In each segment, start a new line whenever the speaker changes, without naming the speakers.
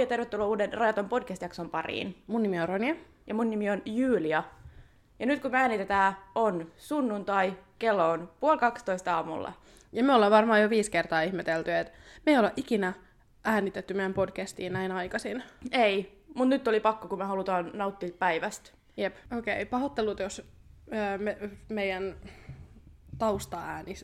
ja tervetuloa uuden Rajaton podcast-jakson pariin.
Mun nimi on Ronja.
Ja mun nimi on Julia. Ja nyt kun me äänitetään, on sunnuntai, kello on puoli 12 aamulla.
Ja me ollaan varmaan jo viisi kertaa ihmetelty, että me ei olla ikinä äänitetty meidän podcastiin näin aikaisin.
Ei, mun nyt oli pakko, kun me halutaan nauttia päivästä.
Jep. Okei, okay, pahoittelut, jos öö, me, meidän taustaääni...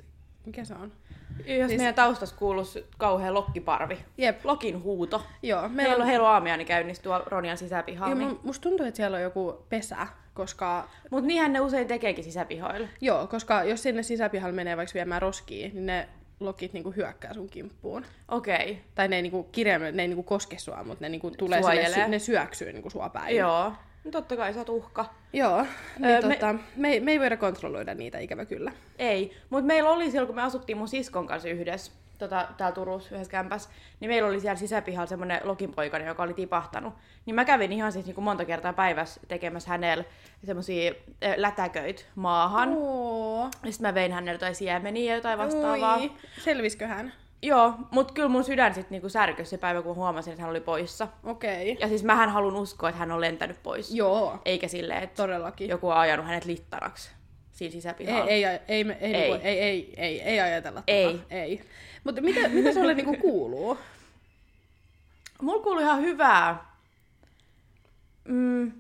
Mikä se on?
Jos siis... meidän taustassa kuuluisi kauhea lokkiparvi.
Jep.
Lokin huuto.
Joo,
Meillä on heloaamiaani käynnissä tuolla Ronian niin- sisäpihalla.
ja
Mun...
mun, musta tuntuu, että siellä on joku pesä, koska...
Mutta niinhän ne usein tekeekin sisäpihoilla.
Joo, koska jos sinne sisäpihalle menee vaikka viemään roskiin, niin ne lokit niinku hyökkää sun kimppuun.
Okei. Okay.
Tai ne ei niinku kirjaimellisesti, ne ei niinku koske sua, mutta ne niinku tulee sinne,
Suojelee.
sy- ne syöksyy niinku sua päin.
Joo. No totta kai sä oot uhka.
Joo, niin
Öö,
öö,
me-
tota, me... Me, ei- me ei voida kontrolloida niitä ikävä kyllä.
Ei, mutta meillä oli silloin, kun me asuttiin mun siskon kanssa yhdessä, tota, täällä Turussa yhdessä kämpässä, niin meillä oli siellä sisäpihalla semmoinen lokinpoikainen, joka oli tipahtanut. Niin mä kävin ihan siis niin kuin monta kertaa päivässä tekemässä hänellä semmoisia lätäköitä maahan. Mm.
Oo.
Sitten mä vein hänelle jotain siemeniä ja jotain vastaavaa.
Ui, Selvisikö hän? niinku
Joo, mutta kyllä mun sydän sitten niinku särkös se päivä, kun huomasin, että hän oli poissa.
Okei. Okay.
Ja siis mähän halun uskoa, että hän on lentänyt pois.
Joo,
Eikä silleen, että
todellakin.
joku on ajanut hänet littaraksi siinä
Ei,
sisäpihalla.
ei, ei, ei, me- ei,
Ei.
niinku- ei, ei, ei, ei ajatella
Ei.
Tota, ei. Mutta mitä, mitä sulle niinku kuuluu?
Mulla kuului ihan hyvää. Mm,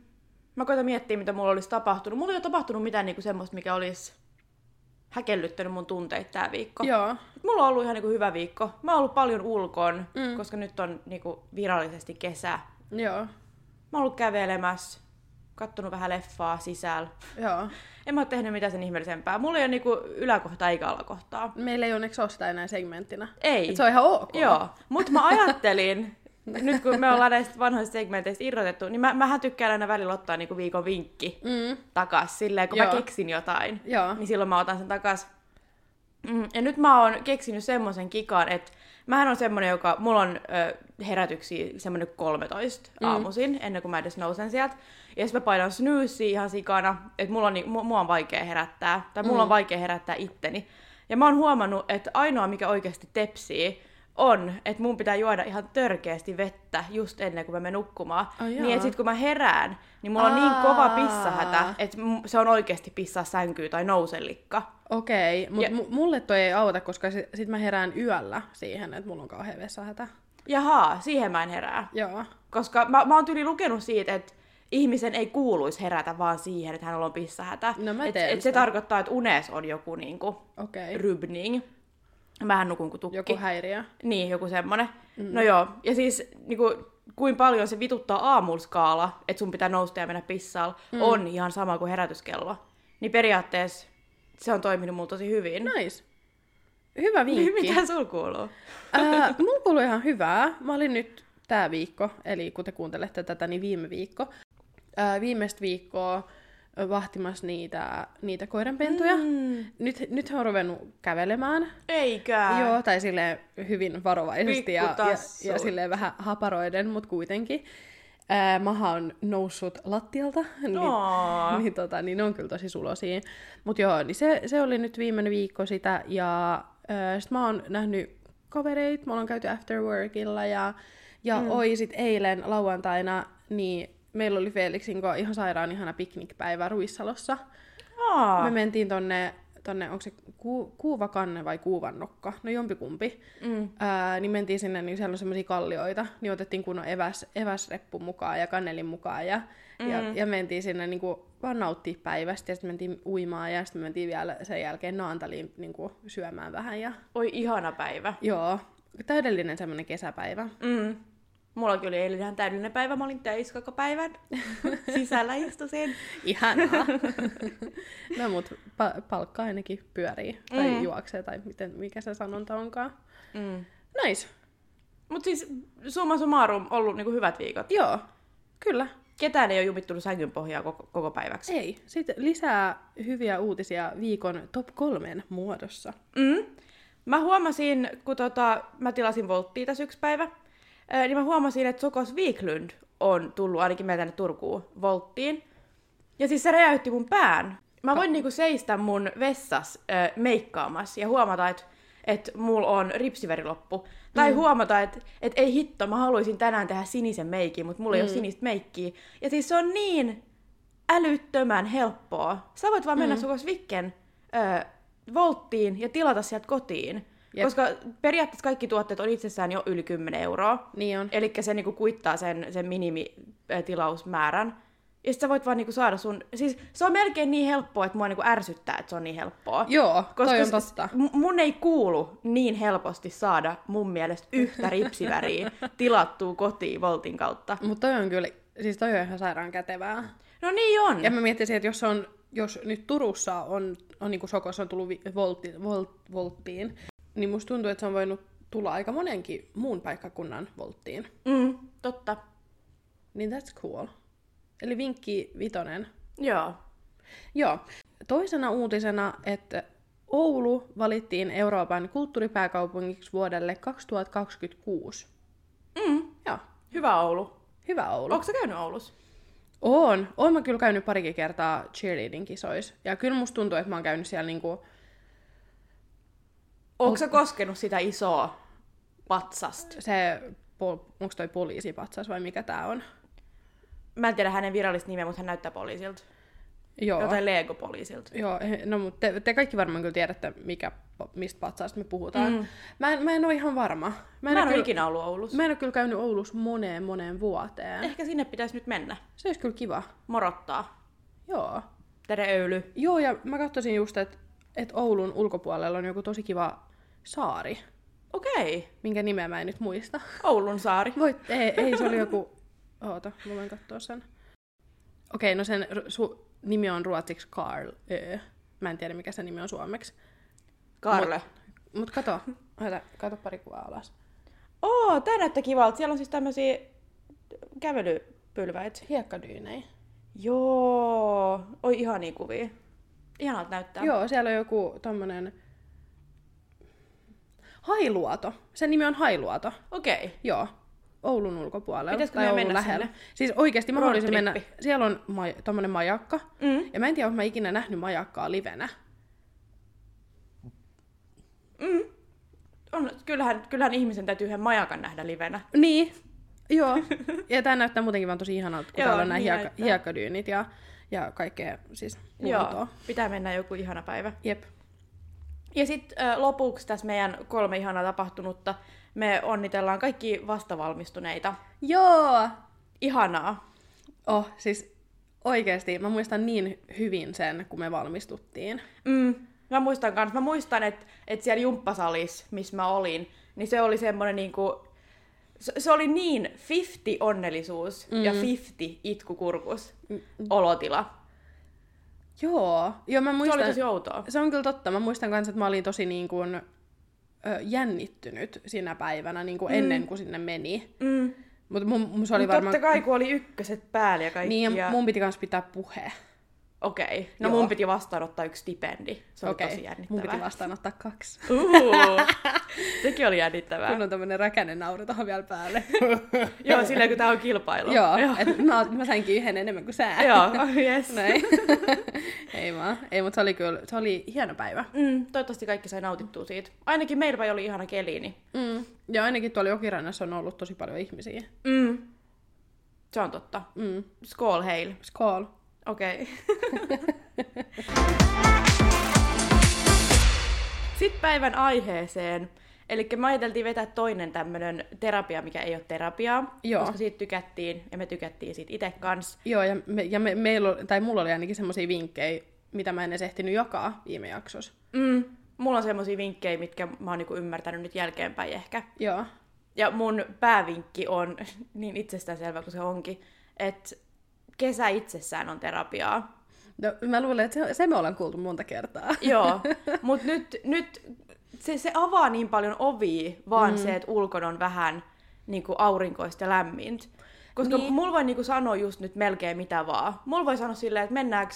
mä koitan miettiä, mitä mulla olisi tapahtunut. Mulla ei ole tapahtunut mitään niinku semmoista, mikä olisi häkellyttänyt mun tunteita tää viikko.
Joo.
Mulla on ollut ihan niinku hyvä viikko. Mä oon ollut paljon ulkon, mm. koska nyt on niinku virallisesti kesä.
Joo.
Mä oon ollut kävelemässä, kattonut vähän leffaa sisällä.
Joo.
En mä oo tehnyt mitään sen ihmeellisempää. Mulla ei ole niinku yläkohtaa eikä alakohtaa.
Meillä ei onneksi ole sitä enää segmenttinä.
Ei.
Et se on ihan ok.
Joo, mutta mä ajattelin, nyt kun me ollaan näistä vanhoista segmenteistä irrotettu, niin mä, mähän tykkään aina välillä ottaa niinku viikon vinkki
Mm.
takas silleen, kun mä
Joo.
keksin jotain,
Joo.
niin silloin mä otan sen takas. Mm, ja nyt mä oon keksinyt semmoisen kikan, että mähän on semmonen, joka, mulla on ö, herätyksiä semmonen 13 mm. aamuisin, ennen kuin mä edes nousen sieltä. Ja sitten mä painan snoozea ihan sikana, että mulla on, ni- mu- mua on vaikea herättää, tai mulla mm. on vaikea herättää itteni. Ja mä oon huomannut, että ainoa mikä oikeasti tepsii, on, että mun pitää juoda ihan törkeästi vettä just ennen kuin mä menen nukkumaan.
Ai
niin,
jaa.
että sit kun mä herään, niin mulla on niin kova
Aa.
pissahätä, että se on oikeasti pissaa sänkyy tai nouselikka.
Okei, okay,
Ja-
mutta mulle toi ei auta, koska sit, sit mä herään yöllä siihen, että mulla on kauhean vessahätä.
Jaha, siihen mä en herää.
Joo.
Koska mä, mä oon tyli lukenut siitä, että ihmisen ei kuuluisi herätä vaan siihen, että hänellä on pissahätä.
No mä
et,
teen
et se
sitä.
tarkoittaa, että unes on joku niinku
Okei. Okay.
rybning. Mähän nukun kuin tukki.
Joku häiriö.
Niin, joku semmonen. Mm. No joo, ja siis niinku, kuin paljon se vituttaa aamulskaala, että sun pitää nousta ja mennä pissaalle, mm. on ihan sama kuin herätyskello. Niin periaatteessa se on toiminut mulla tosi hyvin.
Nice. Hyvä vinkki.
Niin, Mitä sul kuuluu?
Ää, mulla kuului ihan hyvää. Mä olin nyt tää viikko, eli kun te kuuntelette tätä, niin viime viikko. Ää, viimeistä viikkoa ö, vahtimassa niitä, niitä koiranpentuja. Mm. Nyt, nyt he on ruvennut kävelemään.
Eikä.
Joo, tai silleen hyvin varovaisesti ja,
Pikkutassu.
ja, ja silleen vähän haparoiden, mutta kuitenkin. Ää, maha on noussut lattialta, niin,
Aa.
niin, tota, niin ne on kyllä tosi sulosia. Mutta joo, niin se, se oli nyt viimeinen viikko sitä, ja sitten mä oon nähnyt kavereit, me ollaan käyty after workilla, ja, ja mm. oi sit eilen lauantaina, niin meillä oli Felixin kanssa ihan sairaan ihana piknikpäivä Ruissalossa.
Aa.
Me mentiin tonne, tonne onko se ku, kuuvakanne vai kuuvannokka, no jompikumpi. Mm. Ää, niin mentiin sinne, niin siellä on semmoisia kallioita, niin otettiin kunnon eväs, eväsreppu mukaan ja kannelin mukaan ja, mm. ja, ja mentiin sinne niin kuin, vaan nauttia päivästä ja sitten mentiin uimaan ja sitten mentiin vielä sen jälkeen Naantaliin niin kuin, syömään vähän ja
Oi ihana päivä.
joo, täydellinen semmoinen kesäpäivä.
Mm. Mulla kyllä eilen ihan täydellinen päivä, mä olin töissä koko päivän. Sisällä istusin.
Ihanaa. no mut pa- palkka ainakin pyörii tai mm. juoksee tai miten, mikä se sanonta onkaan.
Mm.
Nice.
Mut siis summa summarum ollut niinku hyvät viikot.
Joo, kyllä.
Ketään ei ole jumittunut sängyn pohjaa koko, koko päiväksi.
Ei. Sitten lisää hyviä uutisia viikon top kolmen muodossa.
Mm. Mä huomasin, kun tota, mä tilasin Volttia tässä yksi päivä, ää, niin mä huomasin, että Sokos Viiklund on tullut ainakin meidän tänne Turkuun Volttiin. Ja siis se räjäytti mun pään. Mä voin niinku seistä mun vessas ö, meikkaamassa ja huomata, että että mulla on ripsiveriloppu. Tai mm. huomata, että et ei hitto, mä haluaisin tänään tehdä sinisen meikin, mutta mulla mm. ei ole sinistä meikkiä. Ja siis se on niin älyttömän helppoa. Sä voit vaan mennä mm. sun Vikken ö, volttiin ja tilata sieltä kotiin.
Jep.
Jep. Koska periaatteessa kaikki tuotteet on itsessään jo yli 10 euroa.
Niin on.
Eli se niinku kuittaa sen, sen minimitilausmäärän. Ja sit sä voit vaan niinku saada sun... Siis se on melkein niin helppoa, että mua niinku ärsyttää, että se on niin helppoa.
Joo, toi on
s-
totta.
m- mun ei kuulu niin helposti saada mun mielestä yhtä ripsiväriä tilattua kotiin Voltin kautta.
Mutta toi on kyllä, siis toi on ihan sairaan kätevää.
No niin on.
Ja mä miettisin, että jos, on, jos nyt Turussa on, on niin kuin Sokossa on tullut vi- voltti, volt, volttiin, niin musta tuntuu, että se on voinut tulla aika monenkin muun paikkakunnan volttiin.
Mm, totta.
Niin that's cool. Eli vinkki vitonen.
Joo.
Joo. Toisena uutisena, että Oulu valittiin Euroopan kulttuuripääkaupungiksi vuodelle 2026.
Mm,
Joo.
hyvä Oulu.
Hyvä Oulu.
Onko sä käynyt Oulussa?
Oon. Oon mä kyllä käynyt parikin kertaa cheerleading kisoissa. Ja kyllä musta tuntuu, että mä oon käynyt siellä niinku...
Onko sä koskenut sitä isoa patsasta?
Se, pol, onko toi poliisipatsas vai mikä tää on?
Mä en tiedä hänen virallista nimeä, mutta hän näyttää poliisilta.
Joo.
Jotain Lego-poliisilta.
Joo, he- no mutta te, te, kaikki varmaan kyllä tiedätte, mikä, pa- mistä patsaasta me puhutaan. Mm. Mä, en, mä en ole ihan varma. Mä
Mä en ole
kyllä,
ikinä ollut Oulussa.
mä en ole kyllä käynyt Oulussa moneen moneen vuoteen.
Äh. Ehkä sinne pitäisi nyt mennä.
Se olisi kyllä kiva.
Morottaa.
Joo.
Tere Öyly.
Joo, ja mä katsoisin just, että et Oulun ulkopuolella on joku tosi kiva saari,
Okei. Okay.
minkä nimeä mä en nyt muista.
Oulun saari.
Voit, ei, ei, se oli joku... Oota, mä voin katsoa sen. Okei, no sen ru- su, nimi on ruotsiksi Karl Ö. Mä en tiedä, mikä sen nimi on suomeksi.
Karle.
Mut kato, Ota, kato pari kuvaa alas.
Oo, tää näyttää kivalta. Siellä on siis tämmösiä kävelypylväitä.
Hiekkadyynei.
Joo. Oi ihania kuvia. Ihanalta näyttää.
Joo, siellä on joku tommonen... Hailuoto. Sen nimi on Hailuoto.
Okei. Okay.
Joo. Oulun ulkopuolella.
Pitäisikö
tai
meidän
Oulun
mennä
lähellä.
sinne?
Siis oikeasti mä
Road
haluaisin
trippi.
mennä... Siellä on maj- tommonen majakka.
Mm.
Ja mä en tiedä, onko mä ikinä nähnyt majakkaa livenä.
On, kyllähän, kyllähän ihmisen täytyy yhden majakan nähdä livenä.
Niin, joo. Ja tämä näyttää muutenkin vaan tosi ihanalta, kun
Joo,
joo, täällä on nämä
niin
hiekka,
näyttää.
hiekkadyynit ja, ja kaikkea siis
Joo.
luontoa.
Pitää mennä joku ihana päivä.
Jep.
Ja sitten lopuksi tässä meidän kolme ihanaa tapahtunutta me onnitellaan kaikki vastavalmistuneita.
Joo!
Ihanaa.
Oh, siis oikeasti mä muistan niin hyvin sen, kun me valmistuttiin.
Mm. Mä muistan kans, mä muistan, että et siellä jumppasalis, missä mä olin, niin se oli semmonen niinku, se, se oli niin 50 onnellisuus mm. ja 50 itkukurkus
Mm,
olotila.
Joo, joo mä
Se
muistan.
oli tosi outoa.
se on kyllä totta. Mä muistan kanssa, että mä olin tosi niin kuin, ö, jännittynyt sinä päivänä niin kuin mm. ennen kuin sinne meni.
Mm.
Mutta mun, mun se oli
Varmaan...
varmaan...
Totta kai, kun oli ykköset päällä ja kaikki.
Niin, ja
ja...
mun piti kanssa pitää puhe.
Okei. Okay. No
Joo.
mun piti vastaanottaa yksi stipendi. Se oli okay. tosi
mun
jännittävää.
piti vastaanottaa kaksi.
Uhu. Sekin oli jännittävää.
Kun on tämmönen räkänen nauru tohon vielä päälle.
Joo, silleen kun tää on kilpailu.
Joo, et mä, mä sainkin yhden enemmän kuin sä.
Joo, yes.
Näin. ei vaan. Ei, mutta se oli kyllä, se oli hieno päivä.
Mm, toivottavasti kaikki sai nautittua siitä. Ainakin meillä päin oli ihana keli, niin
Mm. Ja ainakin tuolla jokirannassa on ollut tosi paljon ihmisiä.
mm. se on totta.
Mm.
Skål heil.
Skål.
Okei. Okay. Sitten päivän aiheeseen. Eli me ajateltiin vetää toinen tämmönen terapia, mikä ei ole terapiaa,
Joo.
koska siitä tykättiin ja me tykättiin siitä itse kanssa.
Joo, ja, me, ja me, meillä, oli- tai mulla oli ainakin semmoisia vinkkejä, mitä mä en edes ehtinyt jakaa viime jaksossa.
Mm. Mulla on semmosia vinkkejä, mitkä mä oon niinku ymmärtänyt nyt jälkeenpäin ehkä.
Joo.
Ja mun päävinkki on, niin itsestäänselvä kuin se onkin, että kesä itsessään on terapiaa.
No, mä luulen, että se, se me ollaan kuultu monta kertaa.
Joo, mutta nyt, nyt se, se avaa niin paljon ovia, vaan mm. se, että ulkon on vähän niin kuin aurinkoista ja lämmintä. Koska niin.
Niin.
mulla voi niin kuin sanoa just nyt melkein mitä vaan. Mulla voi sanoa silleen, että mennäänkö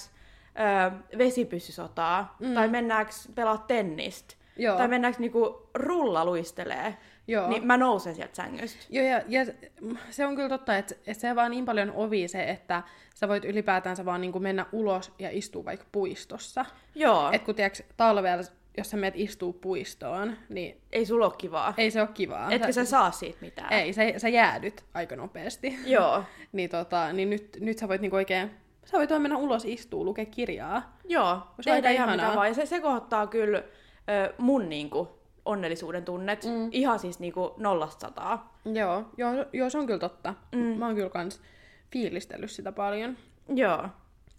ö, vesipyssysotaa, mm. tai mennäänkö pelaa tennistä,
Joo.
tai mennäänkö niinku rulla luistelee,
Joo.
niin mä nousen sieltä sängystä.
Joo, ja, ja se on kyllä totta, että, että se vaan niin paljon ovi se, että sä niinku voit ylipäätänsä vaan niin kuin mennä ulos ja istua vaikka puistossa.
Joo.
Et kun tiiäks, talvella jos sä meet istuu puistoon, niin
Ei sulla ole kivaa.
ei se ole kivaa.
Etkä sä saa siitä mitään.
Ei, sä, sä jäädyt aika nopeasti.
Joo.
niin, tota, niin nyt, nyt sä voit niinku oikein, sä voit vaan mennä ulos istuu, lukea kirjaa.
Joo,
Se on
tehdä
aika
ihan
ihanaa.
mitä vaan. Ja se, se kohottaa kyllä ö, mun niinku, onnellisuuden tunnet. Mm. Ihan siis niinku nollasta sataa.
Joo, joo, joo se on kyllä totta. Mm. Mä oon kyllä kans fiilistellyt sitä paljon.
Joo.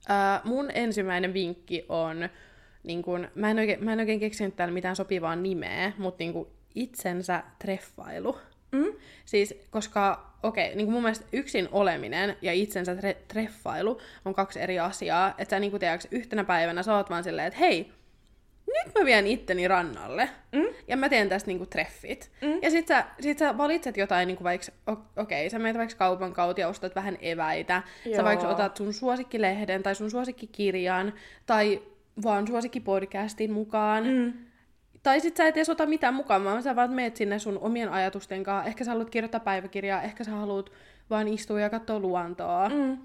Ää, mun ensimmäinen vinkki on, niin kun, mä, en oikein, mä en oikein keksinyt täällä mitään sopivaa nimeä, mutta niin kun itsensä treffailu. Mm? Siis, koska, okei, okay, niin mun mielestä yksin oleminen ja itsensä tre- treffailu on kaksi eri asiaa. Että sä niin kun, tiedätkö, yhtenä päivänä sä oot vaan silleen, että hei, nyt mä vien itteni rannalle mm? ja mä teen tästä niinku treffit. Mm? Ja sit sä, sit sä valitset jotain, niinku vaikka, o- okei, okay, sä menet vaikka kaupan kautta ja ostat vähän eväitä. Joo. Sä
Joo.
vaikka otat sun suosikkilehden tai sun suosikkikirjan tai vaan suosikkipodcastin mukaan. Mm. Tai sit sä et edes ota mitään mukaan, vaan sä vaan meet sinne sun omien ajatusten kanssa. Ehkä sä haluat kirjoittaa päiväkirjaa, ehkä sä haluat vaan istua ja katsoa luontoa. Mm.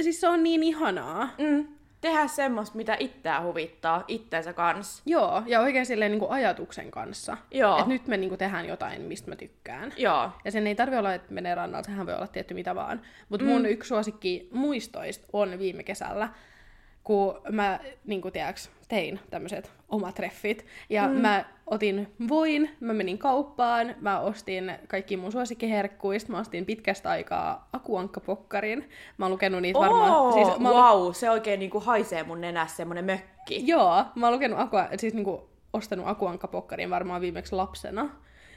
Siis se on niin ihanaa.
Mm. Tehdä semmoista, mitä itseä huvittaa itsensä kanssa.
Joo, ja oikein silleen niin kuin ajatuksen kanssa.
Joo.
Että nyt me niin kuin tehdään jotain, mistä mä tykkään.
Joo.
Ja sen ei tarvi olla, että menee rannalle, sehän voi olla tietty mitä vaan. Mutta mun yksi suosikki muistoista on viime kesällä, kun mä niin kuin tiedäks, tein tämmöiset omatreffit. Ja mm. mä otin voin, mä menin kauppaan, mä ostin kaikki mun suosikkiherkkuista, mä ostin pitkästä aikaa akuankkapokkarin. Mä oon lukenut niitä varmaan...
Oh, siis,
mä oon
wow, se oikein niinku haisee mun nenässä semmonen mökki.
Joo, mä oon lukenut Akua, siis niinku ostanut Akuankka-pokkarin varmaan viimeksi lapsena.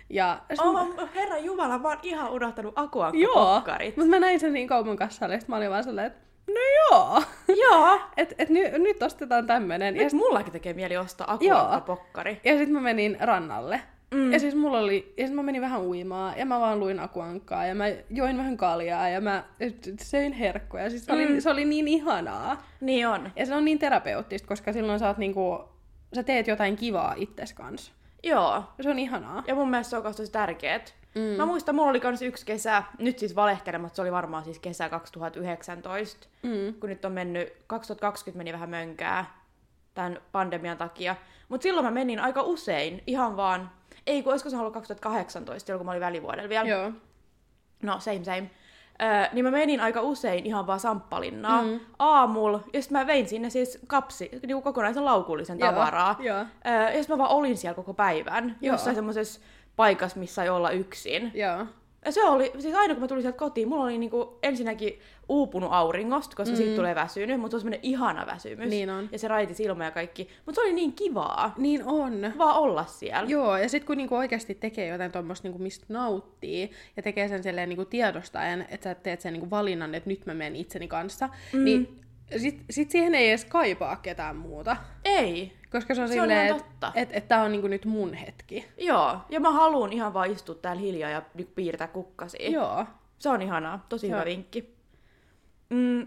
Ja
Oh, herra Jumala, mä oon ihan unohtanut akua
joo,
kokkarit.
mutta mä näin sen niin kaupan kassalla, ja sit mä olin vaan sellainen, että no joo,
joo.
et, et ny, nyt ostetaan tämmönen. Ja,
Nyt
sit-
mullakin tekee mieli ostaa
Joo.
akua pokkari.
ja sit mä menin rannalle. Mm. Ja siis mulla oli, ja sit mä menin vähän uimaan, ja mä vaan luin Akuankkaa, ja mä join vähän kaljaa, ja mä et- et söin herkkuja. Siis se, oli, se oli niin ihanaa.
Niin on.
Ja se on niin terapeuttista, koska silloin sä oot niinku, sä teet jotain kivaa itses kanssa.
Joo.
Se on ihanaa.
Ja mun mielestä se on myös tosi tärkeet. Mm. Mä muistan, mulla oli myös yksi kesä, nyt siis valehtelematta, se oli varmaan siis kesä 2019, mm. kun nyt on mennyt, 2020 meni vähän mönkää tämän pandemian takia. Mutta silloin mä menin aika usein, ihan vaan, ei kun olisiko se ollut 2018, silloin kun mä olin välivuodella vielä.
Joo.
No, same same. Öö, niin mä menin aika usein ihan vaan samppalinnaa mm. aamulla, ja sitten mä vein sinne siis kapsi, niinku kokonaisen laukullisen
Joo,
tavaraa.
joo.
Öö, ja sit mä vaan olin siellä koko päivän,
Joo.
jossain semmoisessa paikassa, missä ei olla yksin.
Joo.
Ja se oli, siis aina kun mä tulin sieltä kotiin, mulla oli niinku ensinnäkin uupunut auringosta, koska mm. siitä tulee väsynyt, mutta se on semmoinen ihana väsymys.
Niin on.
Ja se raiti silmä ja kaikki. Mutta se oli niin kivaa,
Niin on.
vaan olla siellä.
Joo, ja sitten kun niinku oikeasti tekee jotain tuommoista, niinku, mistä nauttii, ja tekee sen silleen niinku tiedostaen, että sä teet sen niinku valinnan, että nyt mä menen itseni kanssa, mm. niin sit, sit siihen ei edes kaipaa ketään muuta.
Ei.
Koska se on
Se on
silleen,
ihan
että
totta.
et, et tää on niinku nyt mun hetki.
Joo. Ja mä haluan ihan vaan istua täällä hiljaa ja niinku piirtää kukkasiin.
Joo.
Se on ihanaa, tosi
Se
hyvä
on.
vinkki. Mm,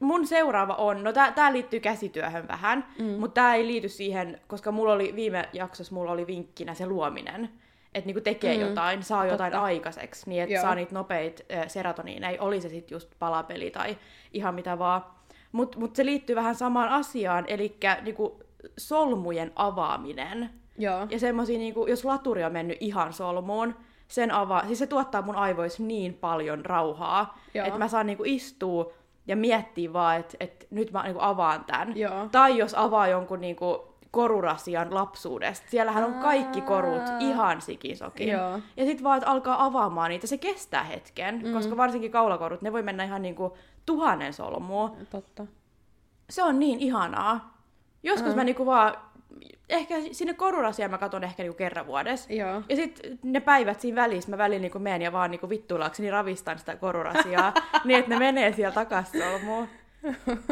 mun seuraava on, no tää, tää liittyy käsityöhön vähän, mm. mutta tää ei liity siihen, koska mulla oli viime jaksossa mulla oli vinkkinä se luominen. Että niinku tekee mm. jotain, saa Totta. jotain aikaiseksi, niin että
Joo.
saa niitä nopeita äh, serotoniineja, oli se sitten just palapeli tai ihan mitä vaan. Mutta mut se liittyy vähän samaan asiaan, eli niinku solmujen avaaminen.
Joo.
Ja semmosia, niinku, jos laturi on mennyt ihan solmuun, sen avaa, siis se tuottaa mun aivoissa niin paljon rauhaa,
Joo.
että mä saan niinku istua ja miettiä vaan, että et nyt mä niinku avaan tämän.
Joo.
Tai jos avaa jonkun niinku korurasian lapsuudesta. Siellähän on kaikki korut
Aa.
ihan sikisokin.
Joo.
Ja sit vaan, että alkaa avaamaan niitä. Se kestää hetken, mm. koska varsinkin kaulakorut, ne voi mennä ihan niinku tuhannen solmua
Totta.
se on niin ihanaa. Joskus mm. mä niinku vaan, ehkä sinne korurasiaan mä katon ehkä niinku kerran vuodessa.
Joo.
Ja sitten ne päivät siinä välissä mä väliin niinku menen ja vaan niinku vittuilaakseni ravistan sitä korurasiaa, niin että ne menee siellä takassolmuun.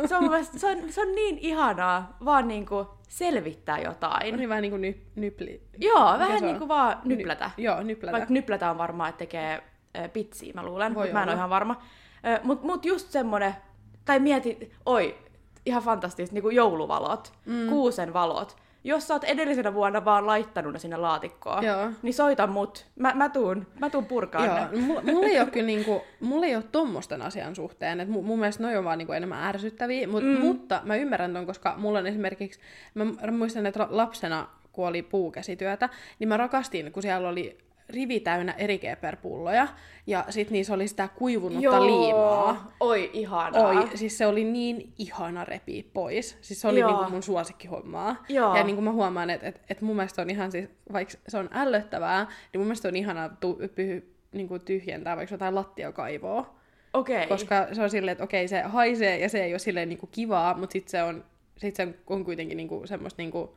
Se on, mun mielestä, se, on, se on niin ihanaa vaan niinku selvittää jotain.
On niin vähän niinku ny, nypli.
Joo,
mikä
vähän
se on?
niinku vaan nyplätä.
Ny, joo, nyplätä.
Vaikka nyplätä on varmaan, että tekee ö, pitsiä, mä luulen,
Voi
mutta mä en
olla.
ole ihan varma. Mutta mut just semmonen, tai mieti, oi, ihan fantastista, niinku jouluvalot, mm. kuusen valot. jos sä oot edellisenä vuonna vaan laittanut ne sinne laatikkoon,
Joo.
niin soita mut. Mä, mä tuun, mä tuun purkaan
Joo,
ne.
no mulla, mulla ei ole kyllä niinku, mulla ei ole tommosten asian suhteen, että mun, mun mielestä noi on vaan niinku enemmän ärsyttäviä, mut, mm. mutta mä ymmärrän ton, koska mulla on esimerkiksi, mä m- muistan, että ra- lapsena kun oli puukäsityötä, niin mä rakastin, kun siellä oli rivi täynnä eri pulloja ja sit niissä oli sitä kuivunutta Joo. liimaa.
Oi, ihanaa.
Oi, siis se oli niin ihana repiä pois. Siis se oli
Joo.
niinku mun suosikkihommaa.
Joo.
Ja niinku mä huomaan, että et, et mun mielestä on ihan siis, vaikka se on ällöttävää, niin mun mielestä on ihanaa tu, pyhy, niinku tyhjentää vaikka jotain lattiakaivoa.
Okei. Okay.
Koska se on silleen, että okei se haisee ja se ei ole silleen niinku kivaa, mutta sit se on, sit se on, on kuitenkin niinku semmoista niinku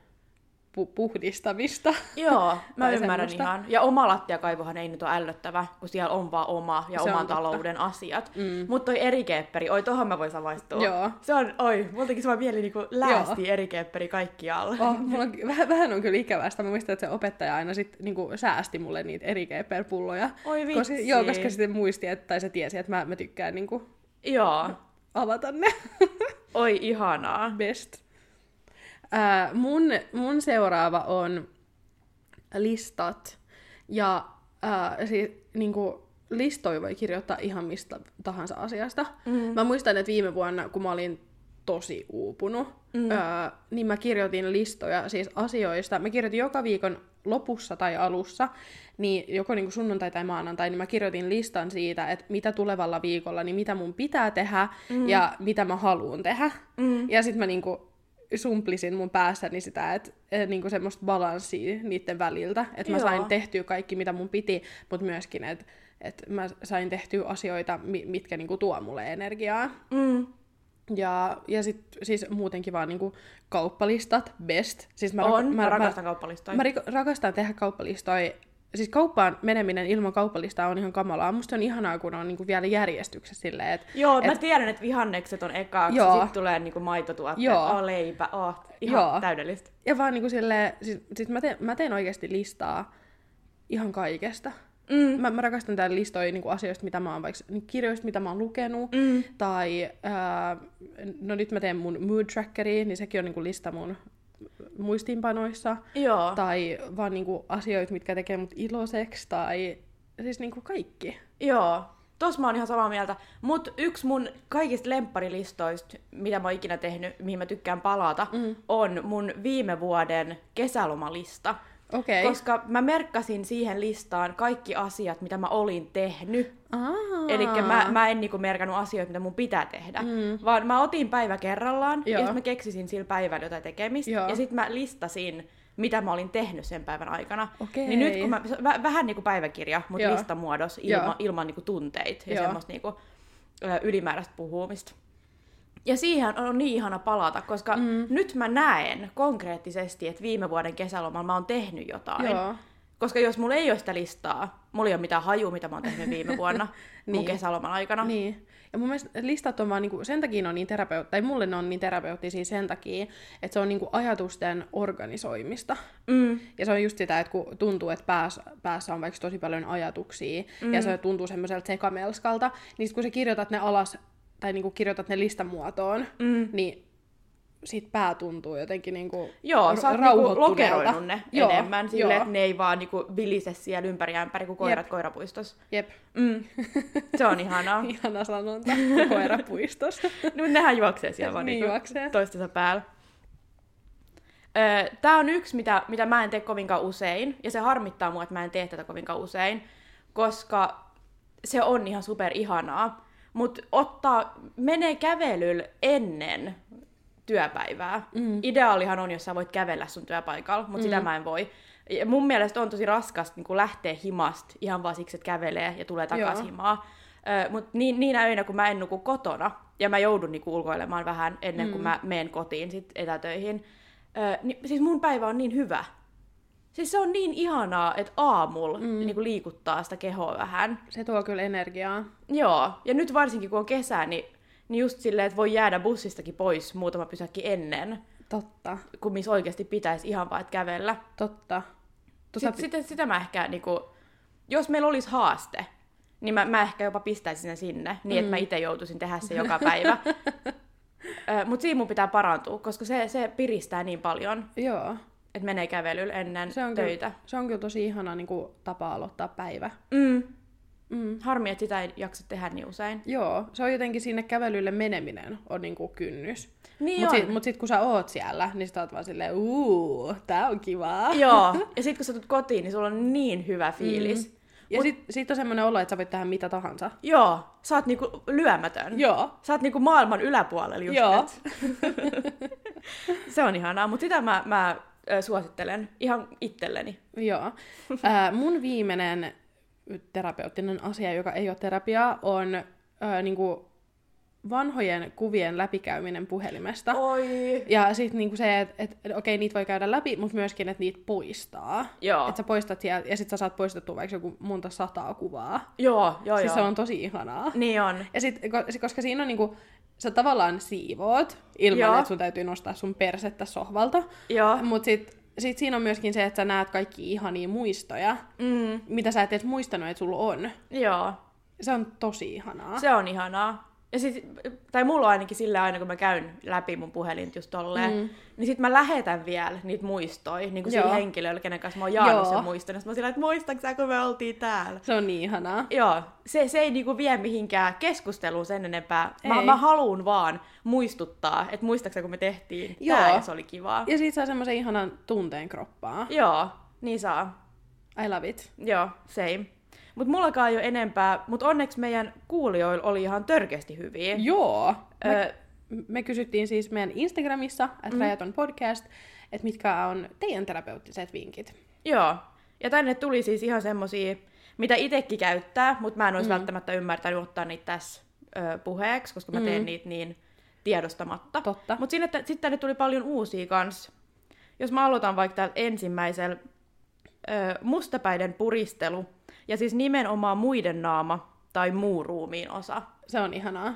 pu, puhdistamista.
Joo, mä
Tai
ymmärrän
semmoista.
ihan. Ja oma lattiakaivohan ei nyt ole ällöttävä, kun siellä on vaan oma ja
Se on
oman
totta.
talouden asiat. Mm. Mutta toi erikeepperi, oi tohon mä voin samaistua.
Joo.
Se on, oi, multakin se vaan mieli niinku läästi erikeepperi kaikkialla.
Oh, mulla on, vähän, vähän on kyllä ikävästä. Mä muistan, että se opettaja aina sit, niinku, säästi mulle niitä eri per pulloja.
Oi vitsi.
Koska, joo, koska sitten muisti, että, tai se tiesi, että mä, mä tykkään niinku,
Joo.
avata ne.
Oi ihanaa.
Best. Ää, mun, mun seuraava on listat. Ja ää, siis, niinku, listoja voi kirjoittaa ihan mistä tahansa asiasta. Mm. Mä muistan, että viime vuonna, kun mä olin tosi uupunut, mm. ää, niin mä kirjoitin listoja siis asioista. Mä kirjoitin joka viikon lopussa tai alussa, niin joko niin sunnuntai tai maanantai, niin mä kirjoitin listan siitä, että mitä tulevalla viikolla, niin mitä mun pitää tehdä mm. ja mitä mä haluan tehdä. Mm. Ja sitten mä niinku sumplisin mun päässäni sitä, että et, niinku semmoista balanssia niiden väliltä, että mä
Joo.
sain tehtyä kaikki, mitä mun piti, mutta myöskin, että et mä sain tehtyä asioita, mi- mitkä niinku tuo mulle energiaa.
Mm.
Ja, ja sit, siis muutenkin vaan niinku kauppalistat, best. Siis mä, rak-
on, mä,
mä,
rakastan
mä,
kauppalistoja.
mä rik- rakastan tehdä kauppalistoja. Siis kauppaan meneminen ilman kauppalistaa on ihan kamalaa. Musta on ihanaa, kun on niinku vielä järjestyksessä silleen, että
Joo, mä
et-
tiedän, että vihannekset on ekaaksi,
Joo.
sitten tulee niinku maitotuotteet,
Joo.
oh, leipä, oh, ihan
Joo.
täydellistä.
Ja vaan niinku silleen, siis, siis mä, teen, mä teen oikeasti listaa ihan kaikesta.
Mm.
Mä, mä rakastan täällä listoja niinku asioista, mitä mä oon vaikka niinku kirjoista, mitä mä oon lukenut.
Mm.
Tai, ää, no nyt mä teen mun mood trackeri, niin sekin on niinku lista mun muistiinpanoissa.
Joo.
Tai vaan niinku asioita, mitkä tekee mut iloiseksi. Tai siis niinku kaikki.
Joo, tos mä oon ihan samaa mieltä. Mut yksi mun kaikista lempparilistoista, mitä mä oon ikinä tehnyt, mihin mä tykkään palata, mm. on mun viime vuoden kesälomalista.
Okei. Okay.
Koska mä merkkasin siihen listaan kaikki asiat, mitä mä olin tehnyt. Eli mä, mä en niinku merkannut asioita, mitä mun pitää tehdä, mm. vaan mä otin päivä kerrallaan Joo.
Joo.
ja sit mä keksisin sillä päivällä jotain tekemistä
Joo.
ja sitten mä listasin, mitä mä olin tehnyt sen päivän aikana.
Okei.
Niin nyt kun mä, se- vä, vähän niinku päiväkirja, mutta
Joo.
listamuodossa
Joo.
ilma, ilman niinku tunteita ja
Joo.
semmoista niinku, ö, ylimääräistä puhumista. Ja siihen on niin ihana palata, koska mm. nyt mä näen konkreettisesti, että viime vuoden kesälomalla mä oon tehnyt jotain.
Joo.
Koska jos mulla ei ole sitä listaa, mulla ei ole mitään hajua, mitä mä oon tehnyt viime vuonna niin.
Niin.
mun kesäloman aikana. Niin.
Niin. Ja mun mielestä listat on vaan, niinku, sen takia ne on niin terapeutti, tai mulle ne on niin terapeuttisia sen takia, että se on niinku ajatusten organisoimista.
Mm.
Ja se on just sitä, että kun tuntuu, että päässä, päässä on vaikka tosi paljon ajatuksia, mm. ja se tuntuu semmoiselta sekamelskalta, niin sit kun sä kirjoitat ne alas, tai niinku kirjoitat ne listamuotoon, mm. niin sit pää tuntuu jotenkin niinku
Joo,
r-
sä oot niinku
rauhoittuneelta.
lokeroinut ne
Joo,
enemmän silleen,
joo.
että ne ei vaan niinku vilise siellä ympäri ja ämpäri kuin koirat
Jep.
koirapuistossa.
Jep,
Mm. Se on ihanaa.
ihana sanonta, koirapuistossa.
Nyt nehän juoksee siellä vaan
Niin
niinku
juoksee.
toistensa päällä. Öö, Tämä on yksi, mitä, mitä mä en tee kovinkaan usein, ja se harmittaa mua, että mä en tee tätä kovinkaan usein, koska se on ihan super ihanaa. Mutta ottaa, menee kävelyllä ennen työpäivää. Mm. Ideaalihan on, jos sä voit kävellä sun työpaikalla, mutta mm. sitä mä en voi. Ja mun mielestä on tosi raskasta niin lähteä himasta ihan vaan siksi, että kävelee ja tulee
Joo.
takaisin himaa. Mutta niin, niinä öinä, kun mä en nuku kotona, ja mä joudun niinku ulkoilemaan vähän ennen kuin mä menen kotiin sit etätöihin, ö, niin siis mun päivä on niin hyvä. Siis se on niin ihanaa, että aamulla mm. niinku liikuttaa sitä kehoa vähän.
Se tuo kyllä energiaa.
Joo, ja nyt varsinkin kun on kesä, niin, niin just silleen, että voi jäädä bussistakin pois muutama pysäkki ennen,
Totta,
kun missä oikeasti pitäisi ihan vaan, että kävellä.
Tota totta. Tota Tuossa
Sitä, sitä, sitä mä ehkä, niinku, jos meillä olisi haaste, niin mä, mä ehkä jopa pistäisin sen sinne, niin mm. että mä itse joutuisin tehdä se joka päivä. Mutta siinä mun pitää parantua, koska se, se piristää niin paljon.
Joo.
että menee kävelyllä ennen
Se on,
töitä.
kyllä, se on kyllä tosi ihana niin kuin, tapa aloittaa päivä.
Mm.
Mm.
Harmi, että sitä ei jaksa tehdä niin usein.
Joo, se on jotenkin sinne kävelylle meneminen on niin kuin kynnys.
Niin
Mut
on.
sit, mut sit kun sä oot siellä, niin sä oot vaan silleen, uu, tää on kivaa.
Joo, ja sitten kun sä tulet kotiin, niin sulla on niin hyvä fiilis. Mm.
Ja sit, sit on semmoinen olo, että sä voit tehdä mitä tahansa.
Joo, sä oot niinku lyömätön.
Joo.
Sä oot niinku maailman yläpuolella just
Joo.
nyt. Se on ihanaa, mutta sitä mä, mä ö, suosittelen ihan itselleni.
Joo. Äh, mun viimeinen terapeuttinen asia, joka ei ole terapiaa, on äh, niinku vanhojen kuvien läpikäyminen puhelimesta.
Oi.
Ja sitten niinku se, että et, okei, niitä voi käydä läpi, mutta myöskin, että niitä poistaa.
Joo.
Että sä poistat sieltä, ja sit sä saat poistettua vaikka joku monta sataa kuvaa.
Joo, joo,
siis
joo.
se on tosi ihanaa.
Niin on.
Ja sit, ko- sit- koska siinä on niinku, sä tavallaan siivoot ilman,
Joo.
että sun täytyy nostaa sun persettä sohvalta.
Joo.
Mutta sit, sit siinä on myöskin se, että sä näet kaikki ihania muistoja,
Mm,
mitä sä et edes muistanut, että sulla on.
joo.
Se on tosi ihanaa.
Se on ihanaa. Ja sit, tai mulla on ainakin sillä aina, kun mä käyn läpi mun puhelinta just tolleen, mm. niin sit mä lähetän vielä niitä muistoi, niin kuin sille
Joo.
henkilölle, kenen kanssa mä oon jaannut
Joo.
sen muiston. Ja sit mä oon sillä, että muistatko sä, kun me oltiin täällä?
Se on niin ihanaa.
Joo, se, se ei niinku vie mihinkään keskusteluun sen enempää. Mä,
Ei.
mä haluun vaan muistuttaa, että muistaksä kun me tehtiin Joo. tää
Joo.
ja se oli kivaa.
Ja siitä saa semmoisen ihanan tunteen kroppaa.
Joo, niin saa.
I love it.
Joo, same. Mut mullakaan ei ole enempää, mut onneksi meidän kuulijoilla oli ihan törkeästi hyviä.
Joo. Me,
Öö,
me kysyttiin siis meidän Instagramissa, että mm. Rajaton podcast, että mitkä on teidän terapeuttiset vinkit.
Joo. Ja tänne tuli siis ihan semmosia, mitä itekin käyttää, mutta mä en olisi mm. välttämättä ymmärtänyt ottaa niitä tässä ö, puheeksi, koska mä teen niitä niin tiedostamatta.
Totta.
Mutta sinne, sitten tänne tuli paljon uusia kans. Jos mä aloitan vaikka täältä ensimmäisellä, ö, mustapäiden puristelu, ja siis nimenomaan muiden naama tai muu ruumiin osa.
Se on ihanaa.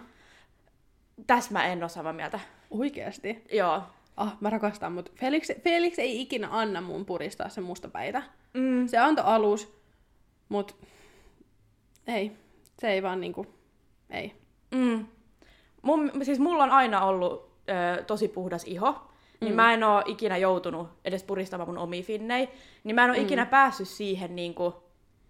Tässä mä en ole samaa mieltä.
Oikeesti.
Joo.
Ah, mä rakastan, mutta Felix, Felix ei ikinä anna mun puristaa sen mustapäitä. Mm. Se antoi alus, mut ei. Se ei vaan niinku, ei.
Mm. Mun, siis mulla on aina ollut ö, tosi puhdas iho,
Mm.
niin mä en oo ikinä joutunut edes puristamaan mun omia finnei, niin mä en oo
Mm.
ikinä päässyt siihen niinku,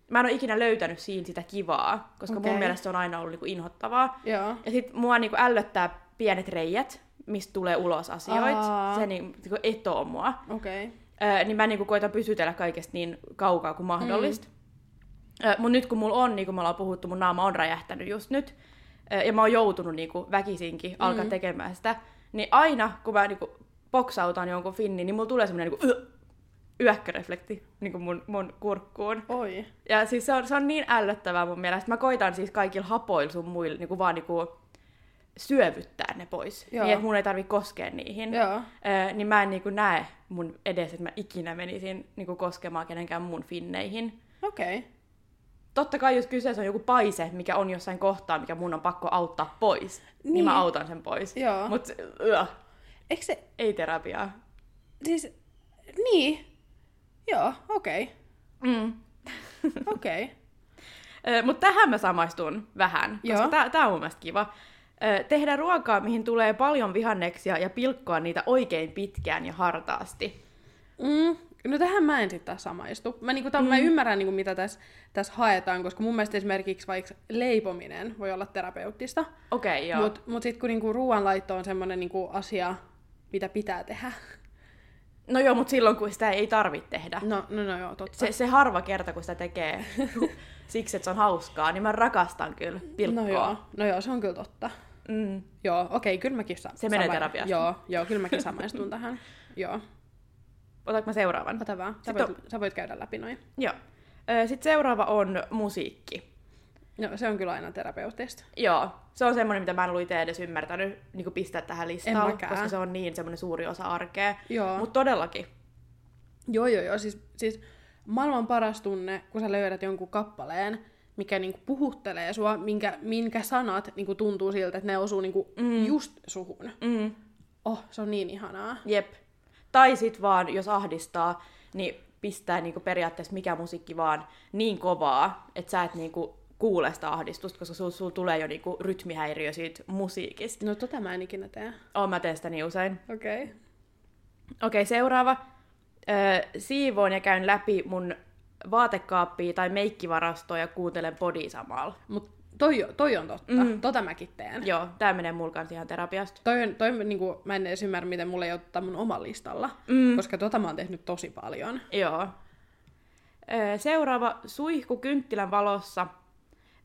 mä en oo ikinä löytänyt siinä sitä kivaa, koska okay. mun
Okei.
mielestä se on aina ollut niinku inhottavaa.
Joo.
Ja sit mua niinku ällöttää pienet reijät, mistä tulee ulos asioita,
Aa.
se niinku etoo mua.
Okei. Okay.
Ö, niin mä niinku koitan pysytellä kaikesta niin kaukaa kuin mahdollista. Mm. Mutta nyt kun mulla on, niin kuin me ollaan puhuttu, mun naama on räjähtänyt just nyt, ö, ja mä oon joutunut niinku väkisinkin alkaa
Mm.
tekemään sitä, niin aina kun mä niinku boksautan jonkun finnin, niin mulla tulee semmoinen niinku yö, yökkäreflekti niinku mun, mun kurkkuun.
Oi.
Ja siis se on, se on niin ällöttävää mun mielestä. Mä koitan siis kaikilla hapoilla sun muilla niinku vaan niinku syövyttää ne pois.
Joo.
Niin, että mun ei tarvi koskea niihin.
Joo.
Ö, niin mä en niinku näe mun edes, että mä ikinä menisin niinku koskemaan kenenkään mun finneihin.
Okei. Okay.
Totta kai jos kyseessä on joku paise, mikä on jossain kohtaa, mikä mun on pakko auttaa pois, niin, niin
Niin.
mä autan sen pois.
Joo.
Mut yö,
Eikö se,
ei terapiaa.
siis, niin. Joo, okei. Okay.
Mm.
Okei. Okay.
Mutta tähän mä samaistun vähän, koska
Joo.
tää, tää on mun mielestä kiva. Ö, Tehdä ruokaa, mihin tulee paljon vihanneksia ja pilkkoa niitä oikein pitkään ja hartaasti.
Mm. No tähän mä en sitten taas samaistu. Mä, niinku, tämän, mm. mä ymmärrän, niinku, mitä tässä täs haetaan, koska mun mielestä esimerkiksi vaikka leipominen voi olla terapeuttista.
Okei, okay, joo. Mut,
Mutta mut sitten kun niinku, ruoanlaitto on semmoinen niinku, asia, mitä pitää tehdä.
no joo, mutta silloin kun sitä ei tarvitse tehdä.
No, no, no joo, totta.
Se, se harva kerta, kun sitä tekee siksi, että se on hauskaa, niin mä rakastan kyllä pilkkoa.
no, joo, no joo, se on kyllä totta.
Mm.
Joo, okei, okay, kyllä mäkin sa-
Se menee
sama-
terapiaan.
Joo, joo, kyllä mäkin samaistun tähän. Joo,
Otanko mä seuraavan?
ota vaan. Sä
Sitten
voit, sä voit käydä läpi noin.
Joo. Sitten seuraava on musiikki.
No se on kyllä aina terapeutista.
Joo, se on semmoinen, mitä mä en luite edes ymmärtänyt niin pistää tähän listalle,
mäkään.
koska se on niin semmoinen suuri osa arkea.
Joo.
Mutta todellakin.
Joo, joo, joo. Siis, siis maailman paras tunne, kun sä löydät jonkun kappaleen, mikä niinku puhuttelee sua, minkä, minkä sanat niinku tuntuu siltä, että ne osuu niinku mm. just suhun.
Mm,
Oh, se on niin ihanaa.
jep. Tai sit vaan, jos ahdistaa, niin pistää niinku periaatteessa mikä musiikki vaan niin kovaa, että sä et niinku kuule sitä ahdistusta, koska sulla sul tulee jo niinku rytmihäiriö siitä musiikista.
No
Oh,
tota mä en ikinä tee.
Oon mä teen sitä niin usein.
Okei. Okay.
Okei, seuraava. öö, siivoon ja käyn läpi mun vaatekaappia tai meikkivarastoa ja kuuntelen podi samalla.
Mut toi, toi on totta.
Mm.
Mm. Tota mäkin teen.
Joo, tää menee mulla kanssa ihan terapiasta.
Toi on, toi, niin kuin, mä en edes ymmärrä, miten mulla ei ole tota mun oman listalla,
Mm.
koska tota mä oon tehnyt tosi paljon.
Joo. Öö, Seuraava, suihku kynttilän valossa.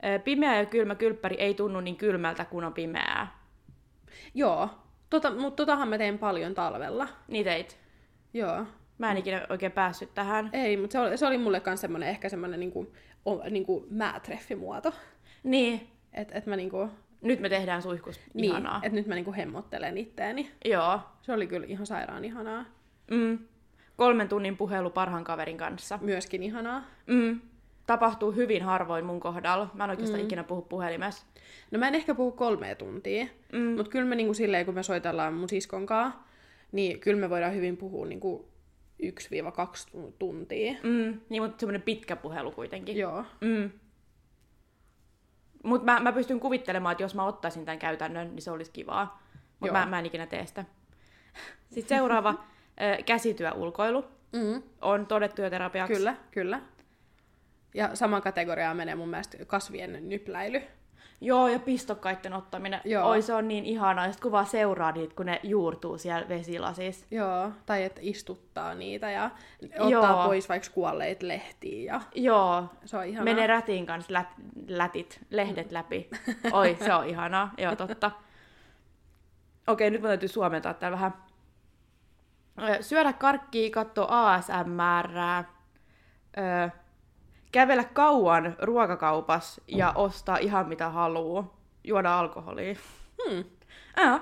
Öö, Pimeä ja kylmä kylppäri ei tunnu niin kylmältä, kun on pimeää.
Joo, tota, mutta totahan mä teen paljon talvella.
Niitä Niin teit.
Joo.
Mä en ikinä oikein päässyt tähän.
Ei, mutta se oli, se oli mulle myös semmoinen, ehkä semmoinen niinku, o- niinku määtreffimuoto.
Niin,
Että et mä niinku,
nyt me tehdään suihkus.
niin,
Ihanaa.
et nyt mä niinku hemmottelen itteeni.
Joo.
Se oli kyllä ihan sairaan ihanaa.
Mm. Kolmen tunnin puhelu parhaan kaverin kanssa.
Myöskin ihanaa.
Mm. Tapahtuu hyvin harvoin mun kohdalla. Mä en oikeastaan mm. ikinä puhu puhelimessa.
No mä en ehkä puhu kolmea tuntia, mm. mutta kyllä me niinku silleen, kun me soitellaan mun siskon kanssa, niin kyllä me voidaan hyvin puhua niinku 1-2 tu- tuntia.
Mm. Niin, mutta semmoinen pitkä puhelu kuitenkin.
Joo.
Mm. Mutta mä, mä pystyn kuvittelemaan, että jos mä ottaisin tämän käytännön, niin se olisi kivaa.
Joo.
Mutta mä, mä en ikinä tee sitä. Sitten seuraava, ö, käsityöulkoilu
Mm.
on todettu jo terapiaksi.
Kyllä, kyllä. Ja saman kategoriaan menee mun mielestä kasvien nypläily.
Joo, ja pistokkaiden ottaminen. Joo.
Joo.
Oi, se on niin ihanaa. Ja sit kun vaan seuraa niitä, kun ne juurtuu siellä vesilasissa.
Joo, tai että istuttaa niitä ja ottaa
Joo.
pois vaikka kuolleet lehtiä. Ja
Joo,
se on ihanaa.
Mene rätin kanssa lät, lätit, lehdet läpi. Oi, se on ihanaa. Joo, totta. Okei, nyt mun täytyy suomentaa tää vähän. Ö, Syödä karkkia, katsoa ASMR. Ö, kävellä kauan ruokakaupas ja ostaa ihan mitä haluu. Juoda alkoholia.
Hmm.
Äh.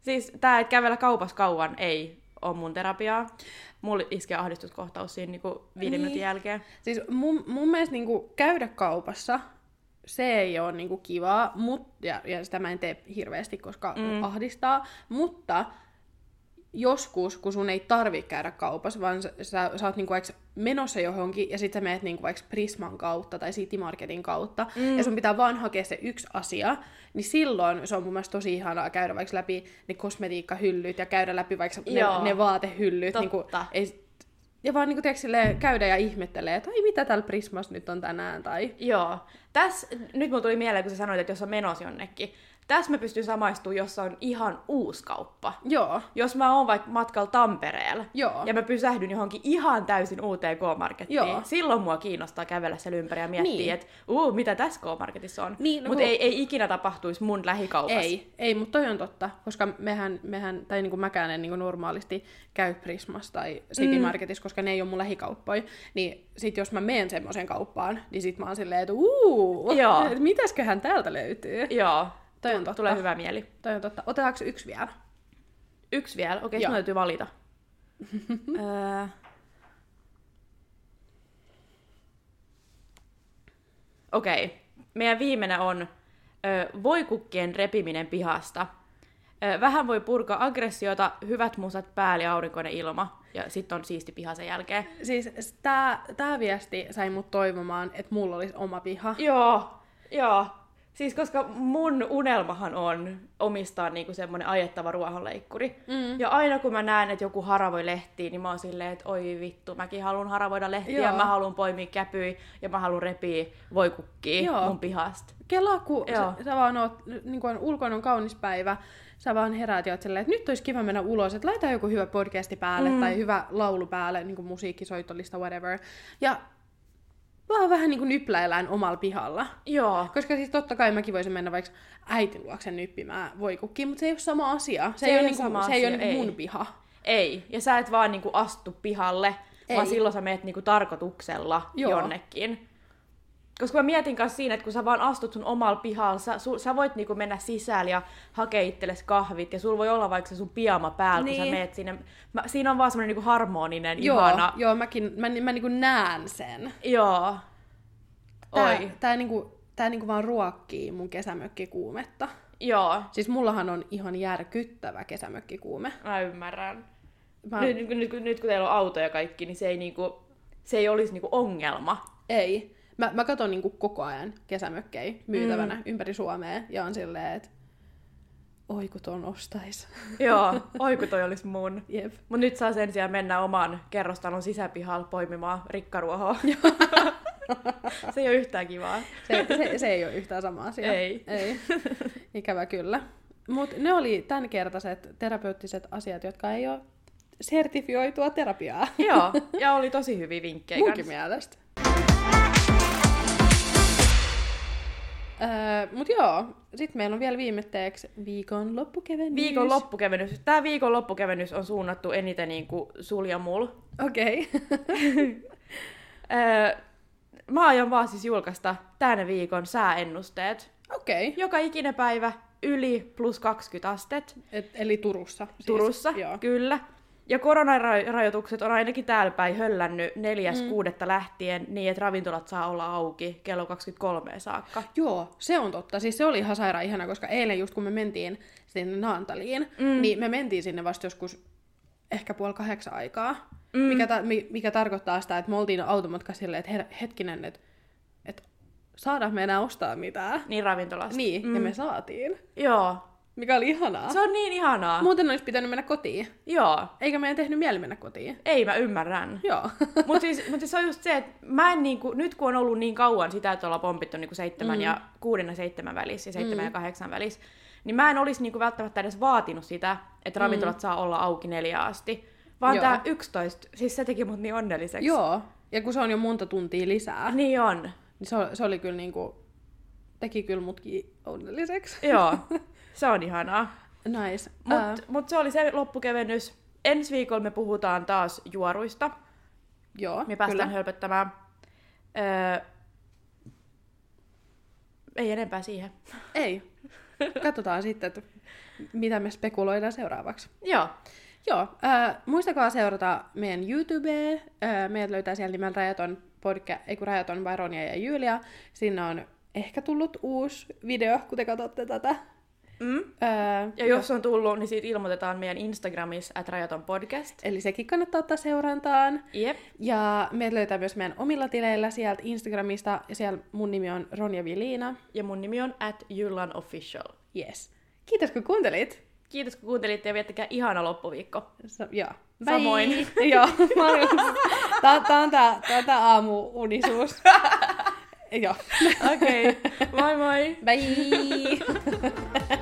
Siis tää, että kävellä kaupas kauan, ei on mun terapiaa. Mulla iskee ahdistuskohtaus siinä niinku viiden
Niin.
minuutin jälkeen.
Siis mun, mun mielestä niinku käydä kaupassa, se ei ole niinku kivaa, mut, ja, ja sitä mä en tee hirveästi, koska
Mm.
mm. ahdistaa, mutta joskus, kun sun ei tarvi käydä kaupassa, vaan sä, sä, sä oot niinku vaikka menossa johonkin, ja sit sä meet niinku vaikka Prisman kautta tai City Marketin kautta,
Mm.
mm. ja sun pitää vaan hakea se yksi asia, niin silloin se on mun mielestä tosi ihanaa käydä vaikka läpi ne kosmetiikkahyllyt ja käydä läpi vaikka
Joo.
ne, ne vaatehyllyt.
Totta.
Niinku, ei, ja vaan niinku, tiedätkö, silleen, käydä ja ihmettelee, että ai mitä täällä Prismas nyt on tänään, tai...
Joo. Tässä, nyt mulla tuli mieleen, kun sä sanoit, että jos on menossa jonnekin. Tässä mä pystyn samaistumaan, jos se on ihan uusi kauppa.
Joo,
Jos mä oon vaikka matkalla Tampereella
Joo.
ja mä pysähdyn johonkin ihan täysin uuteen
Joo.
K-markettiin, silloin mua kiinnostaa kävellä siellä ympäri ja miettiä, niin.
Niin.
että uu, mitä tässä K-marketissa on.
Niin, no
Mutta
kun-
ei, ei ikinä tapahtuisi mun lähikaupassa.
ei, ei, mutta toi on totta, koska mehän, mehän tai niinku mäkään en niinku normaalisti käy Prismas tai City
Mm.
Marketissa, koska ne ei ole mun lähikauppoja, niin sit jos mä menen semmoiseen kauppaan, niin sit mä oon silleen, että uuu,
Joo.
et mitäsköhän täältä löytyy?
Joo.
Toi on totta.
Tulee hyvä mieli.
Toi on totta. Otetaanko yksi vielä?
Yksi vielä. Okei,
Joo.
sun täytyy valita. öö... Okei. Meidän viimeinen on ö, voikukkien repiminen pihasta. Ö, vähän voi purkaa aggressiota, hyvät musat päälle ja aurinkoinen ilma. Ja sitten on siisti piha sen jälkeen.
Siis tää, tää viesti sai mut toivomaan, että mulla olisi oma piha.
Joo, joo. Siis koska mun unelmahan on omistaa niinku semmoinen ajettava ruohonleikkuri. Mm. Ja aina kun mä näen, että joku haravoi lehtiä, niin mä oon silleen, että oi vittu, mäkin haluan haravoida lehtiä,
Joo.
mä haluan poimia käpyjä ja mä haluan repiä voikukkia
Joo.
mun pihasta.
Kela, kun
Joo.
sä, sä vaan oot, niin kun on ulkona on kaunis päivä, sä vaan heräät ja oot silleen, että nyt olisi kiva mennä ulos, että laita joku hyvä podcasti päälle
Mm.
mm. tai hyvä laulu päälle, niin kuin musiikkisoitolista, whatever. Ja vaan vähän niin kuin nypläillään omalla pihalla.
Joo.
Koska siis totta kai mäkin voisin mennä vaikka äitin luokse nyppimään voikukkiin, mutta se ei ole sama asia. Se,
ei
ei ole,
ole
niinku,
sama
se ei ole
asia,
niinku
ei.
mun piha.
Ei. Ja sä et vaan niinku astu pihalle, ei.
Ei.
vaan silloin sä meet niinku tarkoituksella Joo.
Joo.
jonnekin. Koska mä mietin kanssa siinä, että kun sä vaan astut sun omalla pihalla, sä, su, sä voit niinku mennä sisälle ja hakea itsellesi kahvit, ja sulla voi olla vaikka se sun pyjama päällä, niin. kun sä
Niin.
meet sinne. Mä, siinä on vaan semmoinen niinku harmoninen,
Joo,
ihana.
joo, mäkin, mä, mä niinku näen sen.
Joo.
Tää,
Oi.
tää, niinku, tää niinku vaan ruokkii mun kesämökkikuumetta.
Joo.
Siis mullahan on ihan järkyttävä kesämökkikuume.
Mä ymmärrän.
Mä...
Nyt, nyt, nyt, kun- nyt kun teillä on auto ja kaikki, niin se ei, niinku, se ei olisi niinku ongelma.
Ei. Mä, mä katson niinku koko ajan kesämökkejä myytävänä mm. ympäri Suomea ja on silleen, että oi kun tuon ostais.
Joo, oi kun toi olisi mun.
Jep.
Mut nyt saa sen sijaan mennä oman kerrostalon sisäpihalla poimimaan rikkaruohoa. se ei ole yhtään kivaa.
Se, se, se ei ole yhtään sama asia.
Ei.
ei. Ikävä kyllä. Mutta ne oli tämänkertaiset terapeuttiset asiat, jotka ei ole sertifioitua terapiaa.
Joo, ja oli tosi hyviä vinkkejä
Munkin
kans.
mielestä. Öö, mut joo, sit meillä on vielä viimetteeksi viikon loppukevennys.
Viikon loppukevennys. Tämä viikon loppukevennys on suunnattu eniten niin kuin sul ja mul.
Okei. Okay.
Öö, mä aion vaan siis julkaista tämän viikon sääennusteet.
Okei. Okay.
Joka ikinen päivä yli plus 20 astet
Eli Turussa. Siis.
Turussa,
Joo.
kyllä. Ja koronarajoitukset on ainakin täällä päin höllännyt 4.6. Mm. lähtien niin, että ravintolat saa olla auki kello 23 saakka.
Joo, se on totta. Siis se oli ihan sairaan ihana, koska eilen just kun me mentiin sinne Naantaliin, mm. niin me mentiin sinne vasta joskus ehkä puoli kahdeksan aikaa. Mm. Mikä, ta- mi- mikä tarkoittaa sitä, että me oltiin automatka silleen, että her- hetkinen, että, että saadaan me enää ostaa mitään.
Niin ravintolasta.
Niin, mm.
Mm.
ja me saatiin.
Joo.
Mikä oli ihanaa.
Se on niin ihanaa. Mut...
Muuten olisi pitänyt mennä kotiin.
Joo.
Eikä meidän tehnyt mieli mennä kotiin.
Ei mä ymmärrän.
Joo.
Mutta siis, mut siis se on just se, että mä en niinku, nyt kun on ollut niin kauan sitä, että ollaan pompittu niinku seitsemän mm. ja kuuden ja seitsemän välissä ja seitsemän mm. ja kahdeksan välissä, niin mä en olisi niinku välttämättä edes vaatinut sitä, että ravintolat mm. saa olla auki neljä asti. Vaan
Joo.
tämä 11, siis se teki mut niin onnelliseksi.
Joo. Ja kun se on jo monta tuntia lisää, niin
Niin on.
se, oli- se oli kyllä niinku, teki kyllä mutkin onnelliseksi.
Joo. Se on ihanaa.
Nice.
Mutta
Ää,
mut se oli se loppukevennys. Ensi viikolla me puhutaan taas juoruista.
joo,
Me päästään
kyllä.
Kyllä. hölpöttämään. Öö, ei enempää siihen.
Ei. Katsotaan sitten, että mitä me spekuloidaan seuraavaksi.
Joo.
Joo, äh, muistakaa seurata meidän YouTubea. Äh, meidät löytää siellä nimellä Rajaton, podca- ei kun Rajaton vai Ronja ja Julia. Sinne on ehkä tullut uusi video, kun te katsotte tätä.
Mm.
Äh,
Ja jos on tullut, niin siitä ilmoitetaan meidän Instagramissa, at rajaton podcast.
Eli sekin kannattaa ottaa seurantaan.
Jep.
Ja meidät löytää myös meidän omilla tileillä sieltä Instagramista. Ja siellä mun nimi on Ronja Viliina.
Ja mun nimi on at Jullan Official.
Yes. Kiitos kun kuuntelit.
Kiitos kun kuuntelitte ja viettäkää ihana loppuviikko.
Sa- joo.
Samoin.
joo, mä olen... tää, tää on tää, tää, on tää aamu-unisuus. joo.
Okei. Okay. Moi moi.
Bye!